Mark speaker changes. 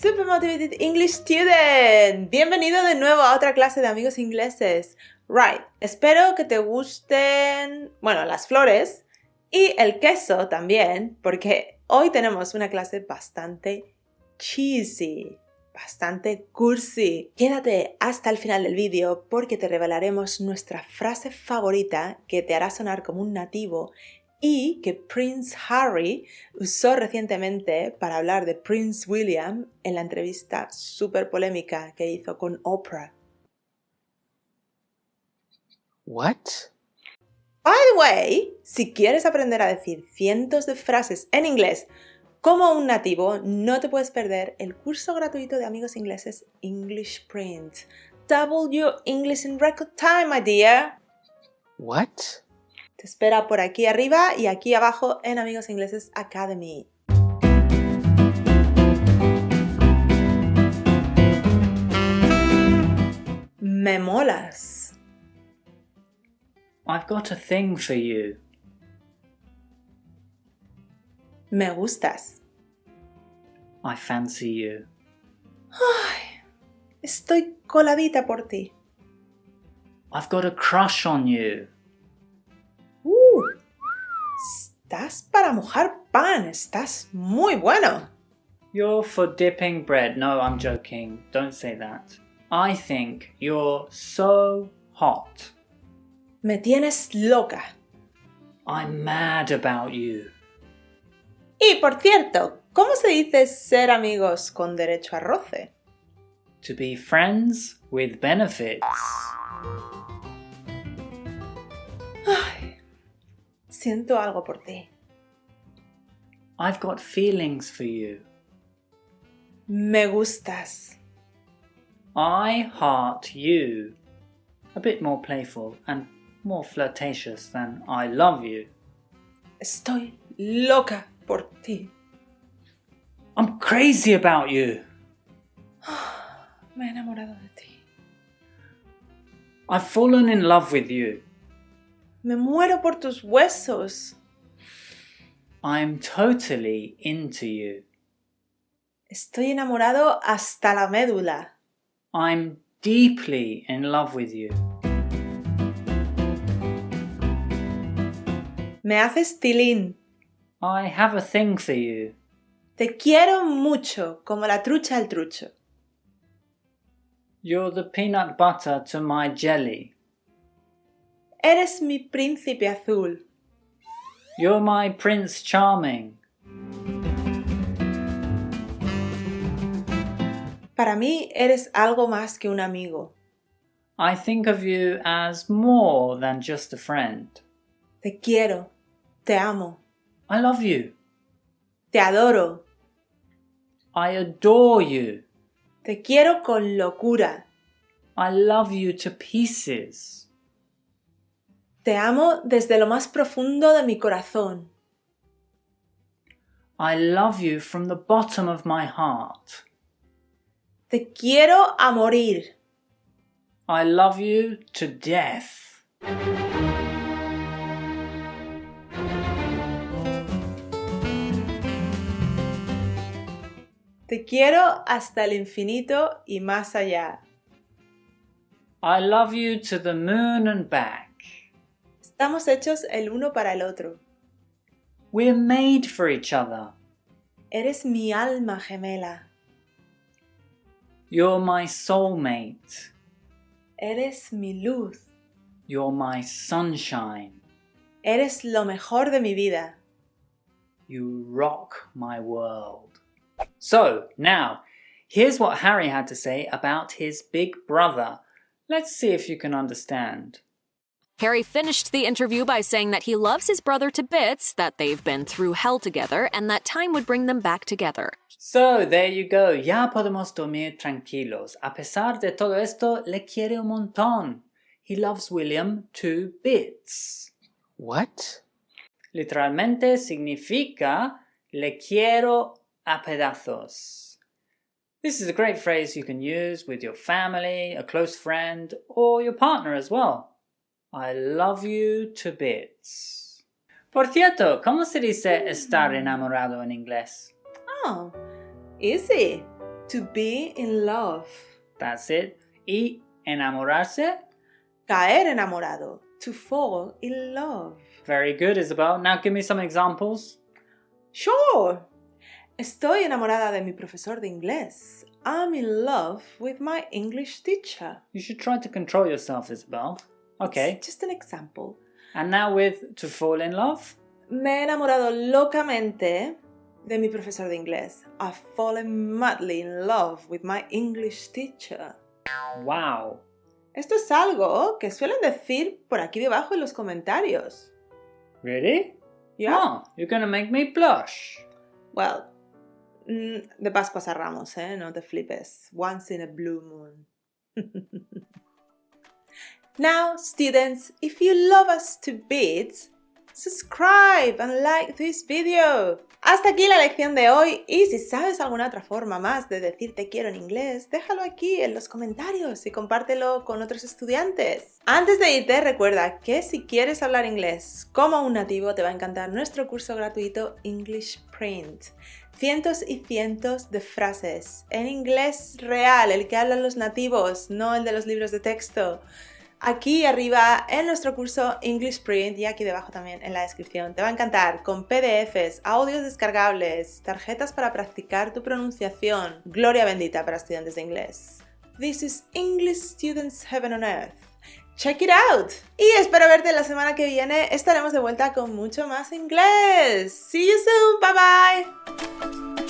Speaker 1: Super Motivated English Student. Bienvenido de nuevo a otra clase de amigos ingleses. Right, espero que te gusten, bueno, las flores y el queso también, porque hoy tenemos una clase bastante cheesy, bastante cursi. Quédate hasta el final del vídeo porque te revelaremos nuestra frase favorita que te hará sonar como un nativo y que Prince Harry usó recientemente para hablar de Prince William en la entrevista súper polémica que hizo con Oprah.
Speaker 2: What?
Speaker 1: By the way, si quieres aprender a decir cientos de frases en inglés como un nativo, no te puedes perder el curso gratuito de amigos ingleses English Print. Double your English in record time, my dear.
Speaker 2: What?
Speaker 1: Te espera por aquí arriba y aquí abajo en Amigos Ingleses Academy. Me molas.
Speaker 2: I've got a thing for you.
Speaker 1: Me gustas.
Speaker 2: I fancy you.
Speaker 1: Ay, estoy coladita por ti.
Speaker 2: I've got a crush on you.
Speaker 1: Uh, estás para mojar pan. Estás muy bueno.
Speaker 2: You're for dipping bread. No, I'm joking. Don't say that. I think you're so hot.
Speaker 1: Me tienes loca.
Speaker 2: I'm mad about you.
Speaker 1: Y por cierto, ¿cómo se dice ser amigos con derecho a roce?
Speaker 2: To be friends with benefits.
Speaker 1: Ay, siento algo por ti.
Speaker 2: I've got feelings for you.
Speaker 1: Me gustas.
Speaker 2: I heart you. A bit more playful and more flirtatious than I love you.
Speaker 1: Estoy loca por ti.
Speaker 2: I'm crazy about you.
Speaker 1: Me he enamorado de ti.
Speaker 2: I've fallen in love with you.
Speaker 1: Me muero por tus huesos.
Speaker 2: I'm totally into you.
Speaker 1: Estoy enamorado hasta la médula.
Speaker 2: I'm deeply in love with you.
Speaker 1: Me haces tilín.
Speaker 2: I have a thing for you.
Speaker 1: Te quiero mucho, como la trucha al trucho.
Speaker 2: You're the peanut butter to my jelly.
Speaker 1: Eres mi príncipe azul.
Speaker 2: You're my prince charming.
Speaker 1: Para mí eres algo más que un amigo.
Speaker 2: I think of you as more than just a friend.
Speaker 1: Te quiero. Te amo.
Speaker 2: I love you.
Speaker 1: Te adoro.
Speaker 2: I adore you.
Speaker 1: Te quiero con locura.
Speaker 2: I love you to pieces.
Speaker 1: Te amo desde lo más profundo de mi corazón.
Speaker 2: I love you from the bottom of my heart.
Speaker 1: Te quiero a morir.
Speaker 2: I love you to death.
Speaker 1: Te quiero hasta el infinito y más allá.
Speaker 2: I love you to the moon and back.
Speaker 1: Estamos hechos el uno para el otro.
Speaker 2: We're made for each other.
Speaker 1: Eres mi alma gemela.
Speaker 2: You're my soulmate.
Speaker 1: Eres mi luz.
Speaker 2: You're my sunshine.
Speaker 1: Eres lo mejor de mi vida.
Speaker 2: You rock my world. So, now, here's what Harry had to say about his big brother. Let's see if you can understand.
Speaker 3: Harry finished the interview by saying that he loves his brother to bits, that they've been through hell together, and that time would bring them back together.
Speaker 2: So, there you go. Ya podemos dormir tranquilos. A pesar de todo esto, le quiere un montón. He loves William to bits.
Speaker 4: What?
Speaker 2: Literalmente significa le quiero a pedazos. This is a great phrase you can use with your family, a close friend, or your partner as well. I love you to bits. Por cierto, ¿cómo se dice estar enamorado en inglés?
Speaker 1: Oh, easy. To be in love.
Speaker 2: That's it. Y enamorarse.
Speaker 1: Caer enamorado. To fall in love.
Speaker 2: Very good, Isabel. Now give me some examples.
Speaker 1: Sure. Estoy enamorada de mi profesor de inglés. I'm in love with my English teacher.
Speaker 2: You should try to control yourself, Isabel. Okay.
Speaker 1: It's just an example.
Speaker 2: And now with to fall in love.
Speaker 1: Me he enamorado locamente de mi profesor de inglés. I've fallen madly in love with my English teacher.
Speaker 2: Wow.
Speaker 1: Esto es algo que suelen decir por aquí debajo en los comentarios.
Speaker 2: Really?
Speaker 1: Yeah.
Speaker 2: Oh, you're gonna make me blush.
Speaker 1: Well, mm, de Pascuas a Ramos, ¿eh? No te flipes. Once in a blue moon. now, students, if you love us to bits, subscribe and like this video. Hasta aquí la lección de hoy y si sabes alguna otra forma más de decir te quiero en inglés, déjalo aquí en los comentarios y compártelo con otros estudiantes. Antes de irte, recuerda que si quieres hablar inglés como un nativo, te va a encantar nuestro curso gratuito English Print. Cientos y cientos de frases en inglés real, el que hablan los nativos, no el de los libros de texto aquí arriba en nuestro curso English Print y aquí debajo también en la descripción. Te va a encantar con PDFs, audios descargables, tarjetas para practicar tu pronunciación. Gloria bendita para estudiantes de inglés. This is English Students Heaven on Earth. Check it out. Y espero verte la semana que viene. Estaremos de vuelta con mucho más inglés. See you soon. Bye bye.